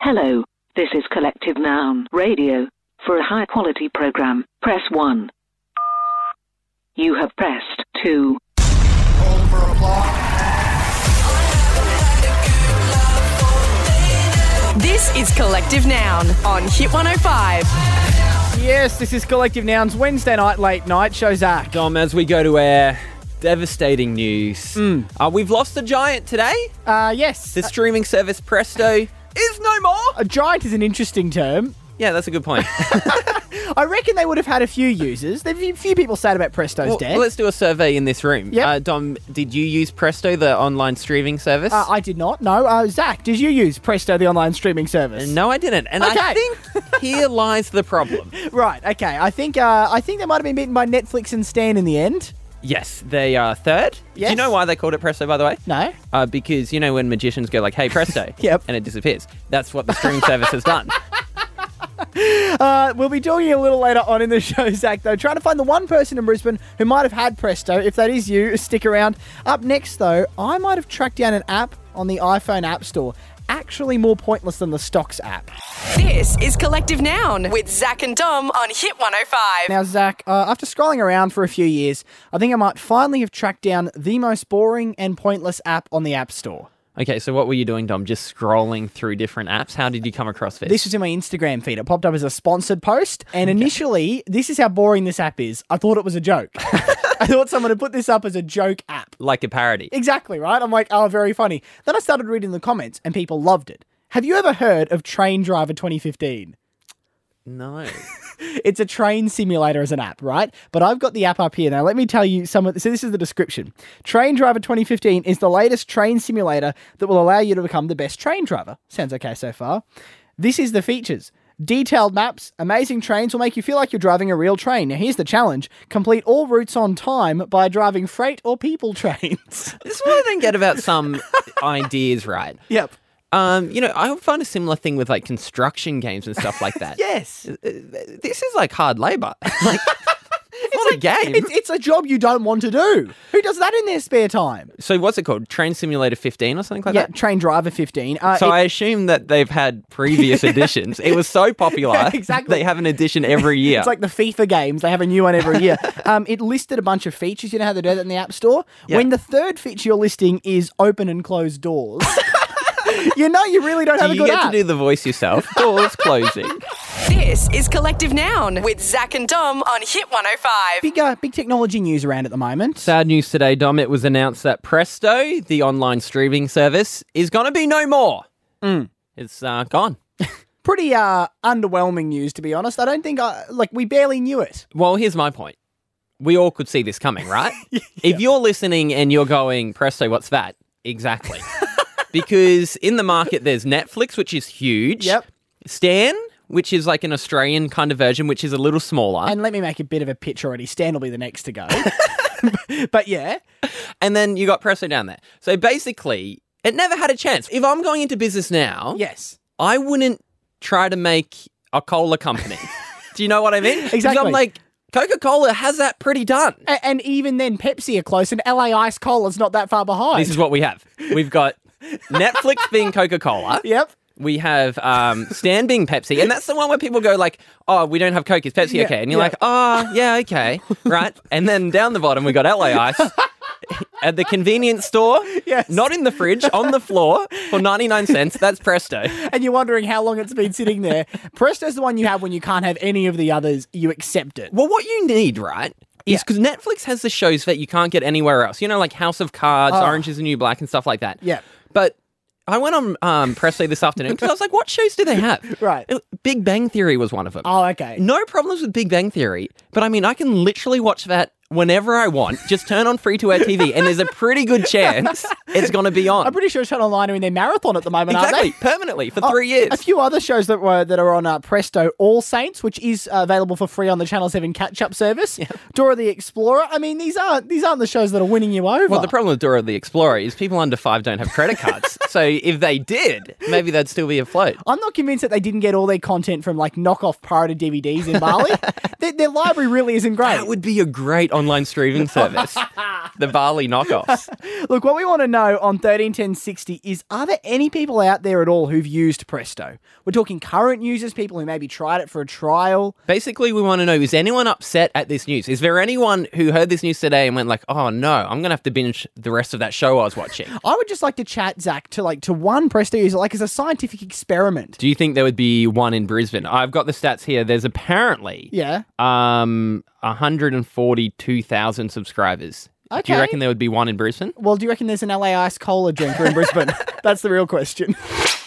Hello, this is Collective Noun Radio. For a high quality program, press 1. You have pressed 2. This is Collective Noun on Hit 105. Yes, this is Collective Nouns Wednesday night, late night show. Zach, Dom, as we go to our devastating news, uh, we've lost a giant today. Hmm. uh, yes, The streaming service Presto is no more. a giant is an interesting term. Yeah, that's a good point. I reckon they would have had a few users. There've been a few people sad about Presto's well, death. let's do a survey in this room. Yep. Uh, Dom, did you use Presto, the online streaming service? uh, I did not. No, uh, Zach, did you use Presto, the online streaming service? no, I didn't. And Okay. I think here lies the problem. Right. Okay. I think uh, I think they might have been beaten by Netflix and Stan in the end. Yes, they are third. Do Yes. you know why they called it Presto, by the way? No. Uh, because you know when magicians go like, "Hey, presto," Yep. and it disappears. That's what the streaming service has done. Uh, we'll be talking a little later on in the show, Zach, though, trying to find the one person in Brisbane who might have had Presto. If that is you, stick around. Up next, though, I might have tracked down an app on the iPhone App Store. Actually, more pointless than the Stocks app. This is Collective Noun with Zach and Dom on Hit 105. Now, Zach, uh, after scrolling around for a few years, I think I might finally have tracked down the most boring and pointless app on the App Store. okay, so what were you doing, Dom? Just scrolling through different apps. How did you come across this? This was in my Instagram feed. It popped up as a sponsored post. And initially, this is how boring this app is. I thought it was a joke. I thought someone had put this up as a joke app. like a parody. Exactly, right? I'm like, oh, very funny. Then I started reading the comments and people loved it. Have you ever heard of Train Driver 2015? No. It's a train simulator as an app, right? But I've got the app up here now. Let me tell you some of So this is the description. Train Driver 2015 is the latest train simulator that will allow you to become the best train driver. Sounds okay so far. This is the features. Detailed maps, amazing trains will make you feel like you're driving a real train. Now here's the challenge. Complete all routes on time by driving freight or people trains. this is what I don't get about some ideas, right? yep. Um, you know, I find a similar thing with like construction games and stuff like that. Yes. Uh, This is like hard labor. like, it's not a game. It's, it's a job you don't want to do. Who does that in their spare time? so what's it called? Train Simulator 15 or something like Yeah, that? train driver 15. Uh, So it- I assume that they've had previous editions. It was so popular. Yeah, exactly. They have an edition every year. It's like the FIFA games. They have a new one every year. um, it listed a bunch of features. You know how they do that in the App Store? Yeah. When the third feature you're listing is open and closed doors, you know you really don't have do a you good get app. to do the voice yourself? Doors closing. This is Collective Noun with Zach and Dom on Hit 105. big, uh, big technology news around at the moment. Sad news today, Dom. It was announced that Presto, the online streaming service, is going to be no more. It's uh, gone. Pretty uh, underwhelming news, to be honest. I don't think, I, like, we barely knew it. Well, here's my point. We all could see this coming, right? If you're listening and you're going, Presto, what's that? Exactly. because in the market, there's Netflix, which is huge. Yep. Stan, which is like an Australian kind of version, which is a little smaller. And, And let me make a bit of a pitch already. Stan will be the next to go. but yeah, then you got Presto down there. So basically, it never had a chance. If I'm going into business now, yes. I wouldn't try to make a cola company. Do you know what I mean? 'Cause Exactly. I'm like, Coca Cola has that pretty done. A- and even then, Pepsi are close, and LA Ice Cola's not that far behind. This is what we have. We've got Netflix being Coca Cola. yep. We have um, Stan being Pepsi, and that's the one where people go like, "Oh, we don't have Coke, it's Pepsi, Yeah, okay?" And you're yeah. like, "Oh, yeah, okay, right." And then down the bottom, we got LA Ice at the convenience store, Yes. not in the fridge, on the floor for ninety nine cents. That's Presto. and you're wondering how long it's been sitting there. Presto's the one you have when you can't have any of the others. You accept it. Well, what you need, right? Yeah. Is because Netflix has the shows that you can't get anywhere else. You know, like House of Cards, Oh. Orange is the New Black, and stuff like that. Yeah. But I went on um, Presto this afternoon because I was like, what shows do they have? Right. It- Big Bang Theory was one of them. Oh, okay. No problems with Big Bang Theory, but I mean, I can literally watch that whenever I want. Just turn on free to air TV, and there's a pretty good chance it's going to be on. I'm pretty sure Channel Nine are in their marathon at the moment, exactly. aren't they? Permanently for Oh, three years. A few other shows that were that are on uh, Presto, All Saints, which is uh, available for free on the Channel Seven catch-up service. Dora the Explorer. I mean, these aren't these aren't the shows that are winning you over. Well, the problem with Dora the Explorer is people under five don't have credit cards. so if they did, maybe they'd still be afloat. I'm not convinced that they didn't get all their content from like knockoff pirated DVDs in Bali. their, their library really isn't great. That would be a great online streaming service. the Bali knockoffs. Look, what we want to know on 131060 is are there any people out there at all who've used Presto? We're talking current users, people who maybe tried it for a trial. Basically, we want to know is anyone upset at this news? Is there anyone who heard this news today and went like, "Oh no, I'm going to have to binge the rest of that show I was watching." I would just like to chat, Zach, to like to one Presto user, like as a scientific experiment. Do you think there would be one in Brisbane? I've got the stats here. There's apparently Yeah. um 142,000 subscribers. Do Okay. you reckon there would be one in Brisbane? Well, do you reckon there's an LA Ice Cola drinker in Brisbane? That's the real question.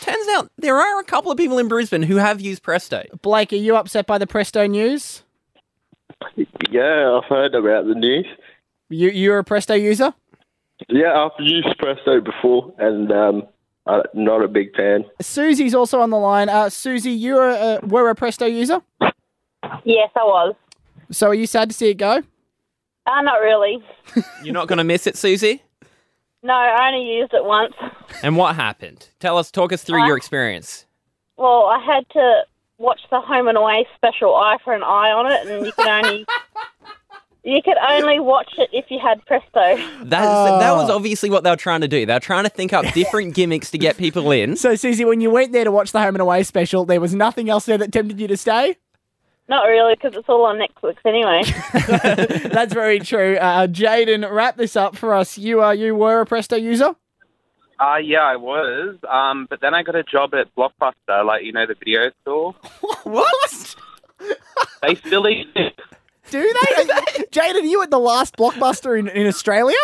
Turns out there are a couple of people in Brisbane who have used Presto. Blake, are you upset by the Presto news? Yeah, I've heard about the news. You you're a Presto user? Yeah, I've used Presto before, and um, I'm not a big fan. Susie's also on the line. Uh, Susie, you are, uh, were a Presto user, Yes, I was. so are you sad to see it go? Uh, not really. You're not going to miss it, Susie? No, I only used it once. And what happened? Tell us, talk us through Uh, your experience. Well, I had to watch the Home and Away special Eye for an Eye on it, and you could only you could only watch it if you had Presto. That's, that was Oh. obviously what they were trying to do. They were trying to think up different gimmicks to get people in. So, Susie, when you went there to watch the Home and Away special, there was nothing else there that tempted you to stay. Not really, because it's all on Netflix anyway. That's very true. Uh, Jaden, wrap this up for us. You are you were a Presto user. Uh, yeah, I was. Um, but then I got a job at Blockbuster, like, you know, the video store. What? They still exist. Do they? Jaden, are you at the last blockbuster in, in Australia?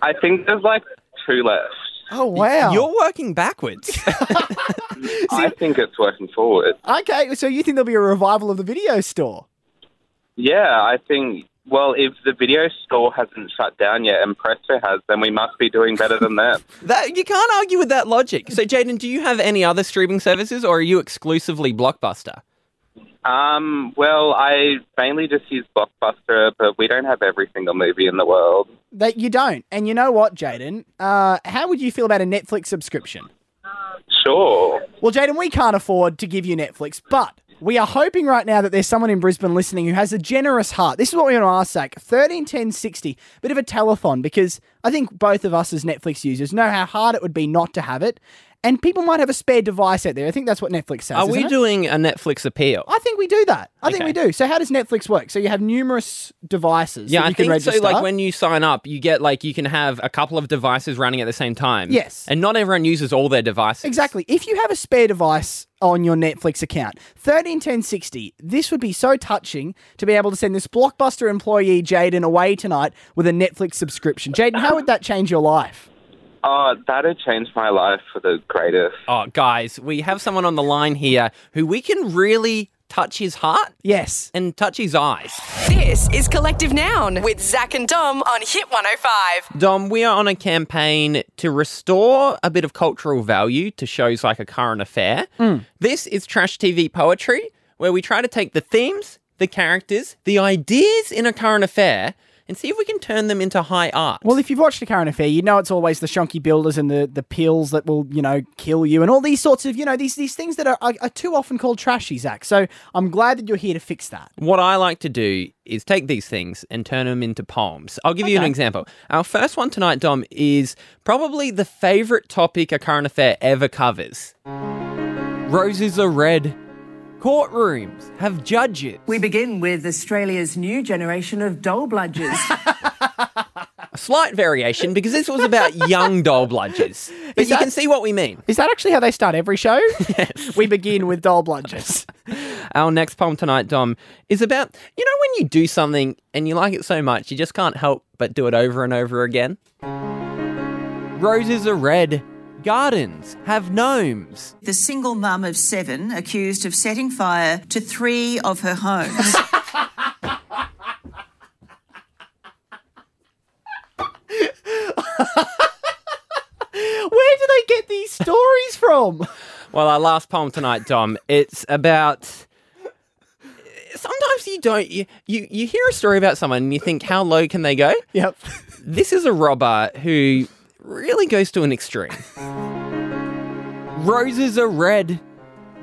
I think there's like two left. Oh wow! You're working backwards. I think it's working forward. okay, so you think there'll be a revival of the video store? Yeah, I think. Well, if the video store hasn't shut down yet and Presto has, then we must be doing better than them. that, you can't argue with that logic. So, Jaden, do you have any other streaming services or are you exclusively Blockbuster? um, well, I mainly just use Blockbuster, but we don't have every single movie in the world. That you don't. And you know what, Jaden? Uh, how would you feel about a Netflix subscription? Sure. Well, Jaden, we can't afford to give you Netflix, but we are hoping right now that there's someone in Brisbane listening who has a generous heart. This is what we want to ask, Zach. 13, 10, 60, bit of a telethon because I think both of us as Netflix users know how hard it would be not to have it. And people might have a spare device out there. I think that's what Netflix says. Are we isn't it? doing a Netflix appeal? I think we do that. I think Okay. we do. So how does Netflix work? So you have numerous devices. Yeah, that I you can think register. so. Like when you sign up, you get like you can have a couple of devices running at the same time. Yes. and not everyone uses all their devices. Exactly. If you have a spare device on your Netflix account, 131060, this would be so touching to be able to send this blockbuster employee, Jaden, away tonight with a Netflix subscription. Jaden, how would that change your life? Uh, that had changed my life for the greatest. Oh, guys, we have someone on the line here who we can really touch his heart Yes. and touch his eyes. This is Collective Noun with Zach and Dom on Hit 105. Dom, we are on a campaign to restore a bit of cultural value to shows like A Current Affair. This is Trash TV Poetry, where we try to take the themes, the characters, the ideas in A Current Affair and see if we can turn them into high art. Well, if you've watched The Current Affair, you know it's always the shonky builders and the, the pills that will, you know, kill you and all these sorts of, you know, these, these things that are, are, are too often called trashy, Zach. So I'm glad that you're here to fix that. What I like to do is take these things and turn them into poems. I'll give you an example. Our first one tonight, Dom, is probably the favorite topic a current affair ever covers. Roses are red. Courtrooms have judges. We begin with Australia's new generation of doll bludgers. A slight variation because this was about young doll bludgers. But you that- can see what we mean. Is that actually how they start every show? we begin with doll bludgers. Our next poem tonight, Dom, is about you know, when you do something and you like it so much, you just can't help but do it over and over again. Roses are red, gardens have gnomes. The single mum of seven accused of setting fire to three of her homes. Where do they get these stories from? Well, our last poem tonight, Dom, it's about. Sometimes you don't. You, you, you hear a story about someone and you think, how low can they go? Yep. This is a robber who really goes to an extreme. Roses are red,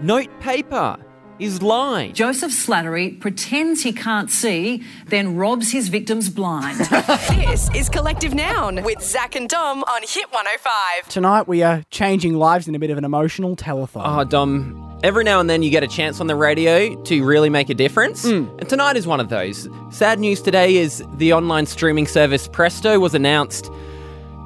note paper is lying. Joseph Slattery pretends he can't see, then robs his victims blind. This is Collective Noun with Zach and Dom on Hit 105. Tonight we are changing lives in a bit of an emotional telethon. Oh, Dom, every now and then you get a chance on the radio to really make a difference. And tonight is one of those. Sad news today is the online streaming service Presto was announced.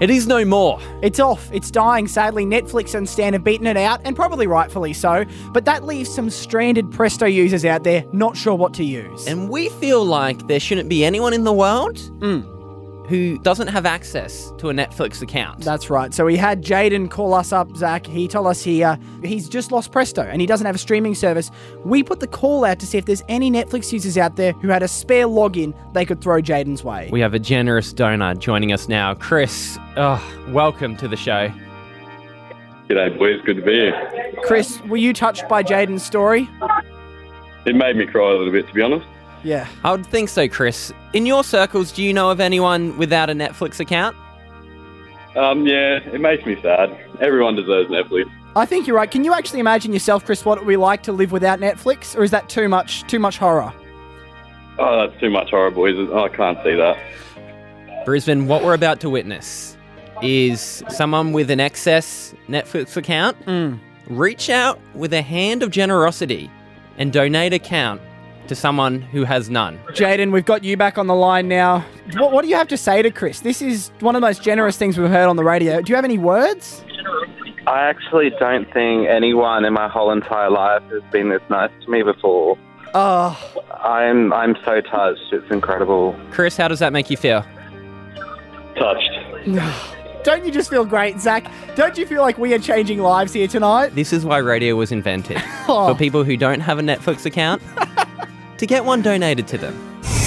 It is no more. It's off. It's dying. Sadly, Netflix and Stan have beaten it out, and probably rightfully so. But that leaves some stranded Presto users out there not sure what to use. And we feel like there shouldn't be anyone in the world who doesn't have access to a Netflix account. That's right. So we had Jaden call us up, Zach. He told us he uh, he's just lost Presto and he doesn't have a streaming service. We put the call out to see if there's any Netflix users out there who had a spare login they could throw Jaden's way. We have a generous donor joining us now. Chris, oh, welcome to the show. G'day, boys. Good to be here. Chris, were you touched by Jaden's story? It made me cry a little bit, to be honest. Yeah. I would think so, Chris. In your circles, do you know of anyone without a Netflix account? Um, yeah, it makes me sad. Everyone deserves Netflix. I think you're right. Can you actually imagine yourself, Chris, what it would be like to live without Netflix? Or is that too much too much horror? Oh, that's too much horror, boys. Oh, I can't see that. Brisbane, what we're about to witness is someone with an excess Netflix account Hmm. reach out with a hand of generosity and donate account to someone who has none. Jaden, we've got you back on the line now. What, what do you have to say to Chris? This is one of the most generous things we've heard on the radio. Do you have any words? I actually don't think anyone in my whole entire life has been this nice to me before. Oh, I'm I'm so touched. It's incredible. Chris, how does that make you feel? Touched. don't you just feel great, Zach? Don't you feel like we are changing lives here tonight? This is why radio was invented Oh. for people who don't have a Netflix account to get one donated to them.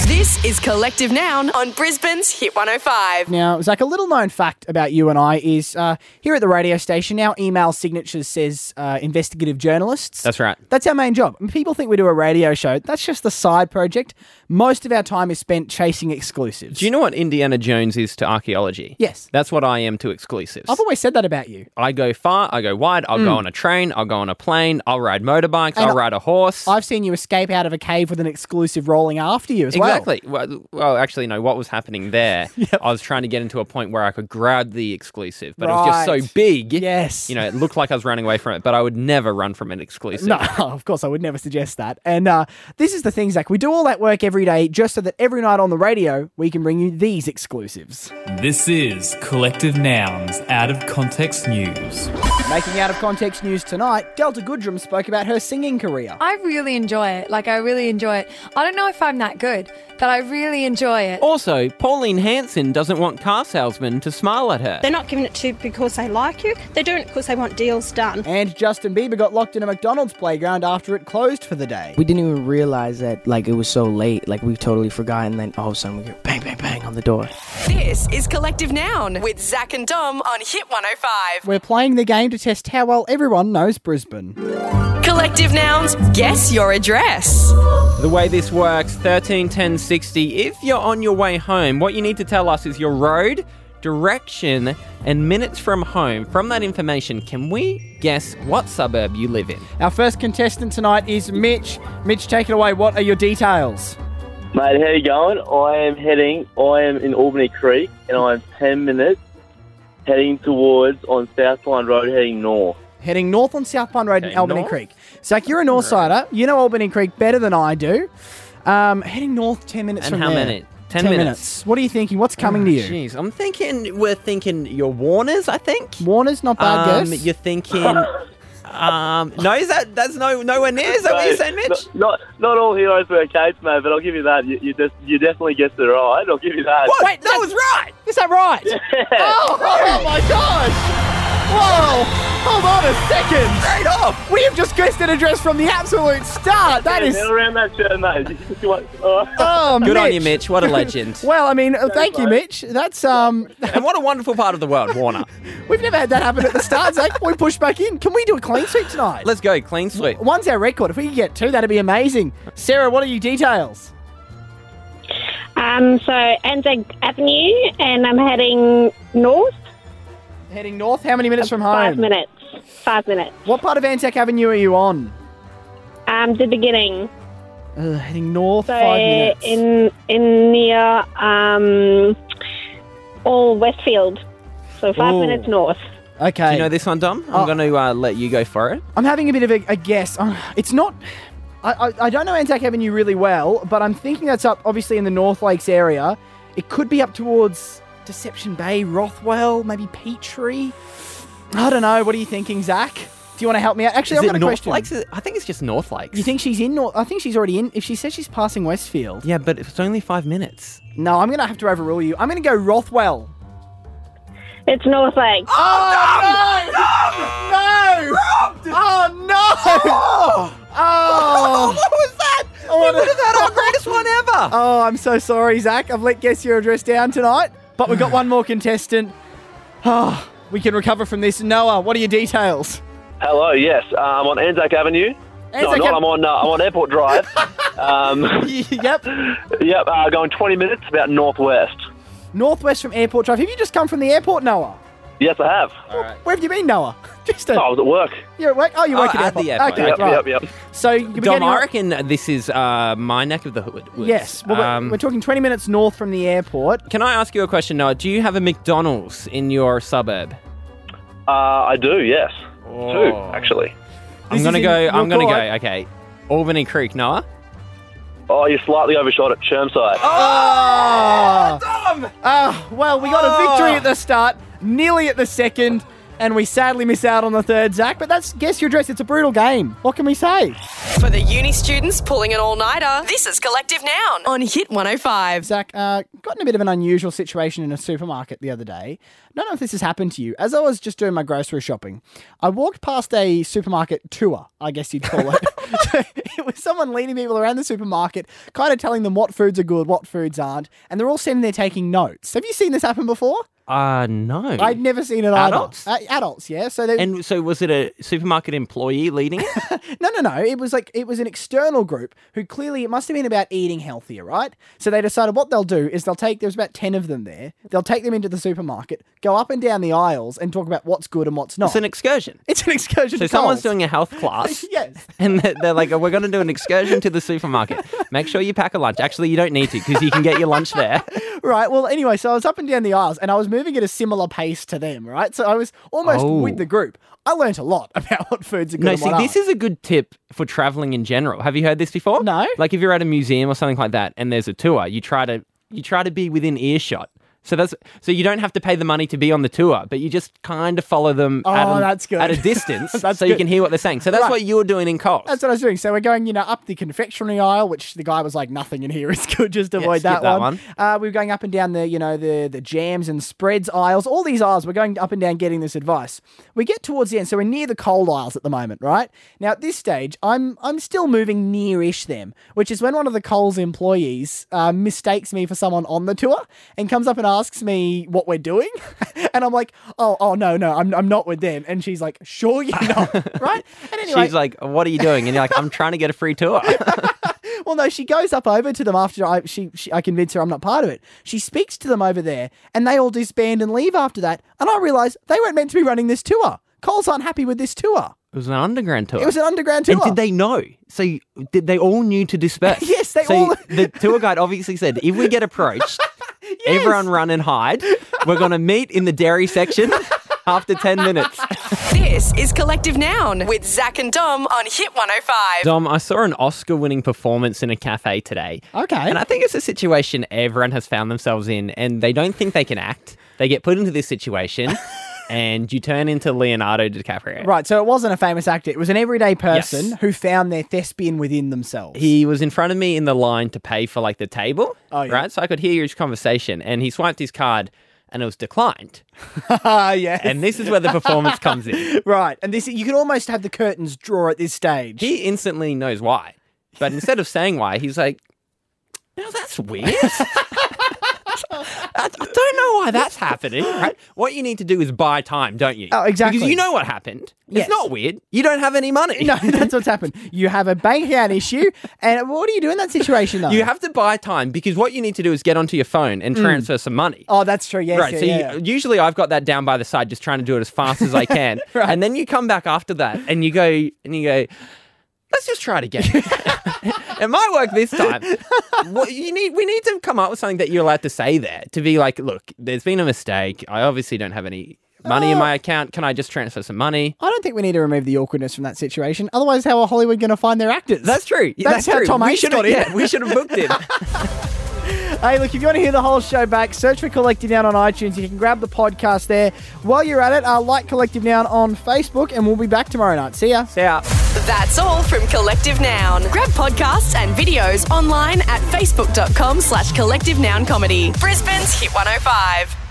This is Collective Noun on Brisbane's Hit 105. Now, Zach, a little known fact about you and I is uh, here at the radio station, our email signature says uh, investigative journalists. That's right. That's our main job. And people think we do a radio show. That's just the side project. Most of our time is spent chasing exclusives. Do you know what Indiana Jones is to archaeology? Yes. That's what I am to exclusives. I've always said that about you. I go far, I go wide, I'll Hmm. go on a train, I'll go on a plane, I'll ride motorbikes, I'll ride a horse. I've seen you escape out of a cave with an exclusive rolling after you as well. Exactly. Well, well, actually, no. What was happening there? I was trying to get into a point where I could grab the exclusive, but it was Right. just so big. Yes. You know, it looked like I was running away from it, but I would never run from an exclusive. No, of course, I would never suggest that. And uh, this is the thing, Zach. We do all that work every day just so that every night on the radio, we can bring you these exclusives. This is Collective Nouns Out of Context News. Making out of context news tonight, Delta Goodrum spoke about her singing career. I really enjoy it. Like, I really enjoy it. I don't know if I'm that good, but I really enjoy it. Also, Pauline Hanson doesn't want car salesmen to smile at her. They're not giving it to you because they like you. They're doing it because they want deals done. And Justin Bieber got locked in a McDonald's playground after it closed for the day. We didn't even realize that like it was so late. Like we've totally forgotten. Then all of a sudden we hear bang, bang, bang on the door. This is Collective Noun with Zach and Dom on Hit 105. We're playing the game to test how well everyone knows Brisbane. Collective Nouns, guess your address. The way this works, 13 10 60, if you're on your way home, what you need to tell us is your road, direction, and minutes from home. From that information, can we guess what suburb you live in? Our first contestant tonight is Mitch. Mitch, take it away. What are your details? Mate, how you going? I am heading. I am in Albany Creek, and I am ten minutes heading towards on South Pine Road, heading north. Heading north on South Pine Road in Okay, Albany north? Creek. Zach, you're a Northsider. You know Albany Creek better than I do. Um, heading north 10 minutes And from how there. many? 10 minutes. Ah, What are you thinking? What's coming to you? Jeez, I'm thinking we're thinking your Warners, I think. Warners, not bad um, guess. You're thinking. um, no, is that that's no nowhere near? Is that what you're saying, Mitch? Not, not all heroes wear capes, mate, but I'll give you that. You, you, just, you definitely guessed it right. I'll give you that. Wait, that was right. Is that right? Oh, oh my gosh! Whoa! Hold on a second. Straight off. We have just guessed an address from the absolute start. That Yeah, is. nail around that shirt, mate. You want- oh. Oh, Good on Mitch. you, Mitch. What a legend. well, I mean, uh, thank you, Mitch. That's um, and what a wonderful part of the world, Warner. we've never had that happen at the start. Zach, we push back in. Can we do a clean sweep tonight? Let's go, clean sweep. One's our record. If we could get two, that'd be amazing. Sarah, what are your details? Um, so Anzac Avenue, and I'm heading north. Heading north. How many minutes from home? Five minutes. Five minutes. What part of Anzac Avenue are you on? Um, um, to beginning. Uh, heading north, So five minutes. in in near um, all Westfield. So five Ooh. minutes north. Okay. Do you know this one, Dom? Oh. I'm going to uh, let you go for it. I'm having a bit of a, a guess. Uh, It's not. I, I, I don't know Anzac Avenue really well, but I'm thinking that's up, obviously, in the North Lakes area. It could be up towards Deception Bay, Rothwell, maybe Peachtree. I don't know. What are you thinking, Zach? Do you want to help me out? Actually, Is I've it got a North question. Lakes? Is- I think it's just North Lakes. You think she's in North? I think she's already in. If she says she's passing Westfield. Yeah, but it's only five minutes. No, I'm going to have to overrule you. I'm going to go Rothwell. It's North Lake. Oh, no! No! Oh, no! Oh! what was that? What was that? Our greatest one ever! Oh, I'm so sorry, Zach. I've let guess your address down tonight, but we've got one more contestant. Oh, we can recover from this. Noah, what are your details? Hello, yes, uh, I'm on Anzac Avenue. no, Anzac I'm not. Ave- I'm on. Uh, I'm on Airport Drive. um, yep. Yep. Uh, going 20 minutes about northwest. Northwest from Airport Drive. Have you just come from the airport, Noah? Yes, I have. Where have you been, Noah? Just Oh, a, I was at work. you're at work. Oh, you Oh, work at, at the airport. Okay, Yep, right. yep, yep. So you're Dom, getting I reckon this is uh, my neck of the hood. woods. Yes, well, we're- Um, we're talking 20 minutes north from the airport. Can I ask you a question, Noah? Do you have a McDonald's in your suburb? Uh, I do. Yes. Two Oh. actually. Oh. I'm This gonna is in go. I'm gonna York, go. Okay, Albany Creek, Noah. Oh, you slightly overshot at Chermside. Oh, Ah, well, we got a victory Oh. at the start, nearly at the second, and we sadly miss out on the third, Zach. But that's guess your dress. It's a brutal game. What can we say? For the uni students pulling an all nighter, this is Collective Noun on Hit 105. Zach, uh, got in a bit of an unusual situation in a supermarket the other day. I don't know if this has happened to you. As I was just doing my grocery shopping, I walked past a supermarket tour, I guess you'd call it. it was someone leading people around the supermarket, kind of telling them what foods are good, what foods aren't, and they're all sitting there taking notes. Have you seen this happen before? Uh no. I'd never seen it either. Adults? Uh, adults, yeah. So they, And so, was it a supermarket employee leading it? no, no, no. It was like it was an external group who clearly it must have been about eating healthier, right? So they decided what they'll do is they'll take there's about ten of them there. They'll take them into the supermarket, go up and down the aisles, and talk about what's good and what's not. It's an excursion. It's an excursion. So to Coles. someone's doing a health class. yes. And they're, they're like, we're going to do an excursion to the supermarket. Make sure you pack a lunch. Actually, you don't need to because you can get your lunch there. Right. Well, anyway, so I was up and down the aisles and I was moving at a similar pace to them, right? So I was almost Oh. with the group. I learnt a lot about what foods are good No, and see, what this is a good tip for traveling in general. Have you heard this before? No. Like if you're at a museum or something like that, and there's a tour, you try to you try to be within earshot. So that's so you don't have to pay the money to be on the tour, but you just kind of follow them Oh, at, a, that's good. at a distance, so That's you good. can hear what they're saying. So that's Right. what you're doing in Coles. That's what I was doing. So we're going, you know, up the confectionery aisle, which the guy was like, nothing in here is good. Just avoid skip that, that one. Uh, we were going up and down the, you know, the the jams and spreads aisles. All these aisles, we're going up and down getting this advice. We get towards the end, so we're near the cold aisles at the moment, right? Now at this stage, I'm I'm still moving near-ish them, which is when one of the Coles employees uh, mistakes me for someone on the tour and comes up and asks me what we're doing, and I'm like, oh, oh no, no, I'm I'm not with them, and she's like, sure you're not, right? And anyway, She's like, "What are you doing?" And you're like, "I'm trying to get a free tour." Well, no, she goes up over to them after I she, she I convince her I'm not part of it. She speaks to them over there, and they all disband and leave after that. And I realise they weren't meant to be running this tour. Cole's aren't happy with this tour. It was an underground tour. It was an underground And tour. did they know? So you- did they all knew to disperse? Yes, they so all- the tour guide obviously said, if we get approached, everyone run and hide. We're going to meet in the dairy section after 10 minutes. This is Collective Noun with Zach and Dom on Hit 105. Dom, I saw an Oscar winning performance in a cafe today. Okay. And I think it's a situation everyone has found themselves in and they don't think they can act. They get put into this situation and you turn into Leonardo DiCaprio. Right, so it wasn't a famous actor. It was an everyday person Yes. who found their thespian within themselves. He was in front of me in the line to pay for like the table, Oh, yeah. right? So I could hear his conversation, and he swiped his card, and it was declined. Ah, yes. And this is where the performance comes in. right, and this you can almost have the curtains draw at this stage. He instantly knows why, but instead of saying why, he's like, "Now that's weird. I, I don't know why that's happening." Right? What you need to do is buy time, don't you? Oh, exactly. Because you know what happened. Yes. It's not weird. You don't have any money. No, that's what's happened. You have a bank account issue, and what do you do in that situation though? You have to buy time because what you need to do is get onto your phone and Mm. transfer some money. oh, that's true. Yes, right. yeah, so yeah. You, usually I've got that down by the side, just trying to do it as fast as I can. And then you come back after that and you go, and you go, Let's just try it again. it might work this time. What- you need, we need to come up with something that you're allowed to say there to be like, look, there's been a mistake. I obviously don't have any money Uh, in my account. Can I just transfer some money? I don't think we need to remove the awkwardness from that situation. Otherwise, how are Hollywood going to find their actors? That's true. Yeah, That's, how true. Tom we Hanks should got have, in. yeah, we should have booked it. Hey, look, if you want to hear the whole show back, search for Collective Noun on iTunes. You can grab the podcast there. While you're at it, uh, like Collective Noun on Facebook, and we'll be back tomorrow night. See ya. See ya. That's all from Collective Noun. Grab podcasts and videos online at facebook.com slash collective noun comedy. Brisbane's Hit 105.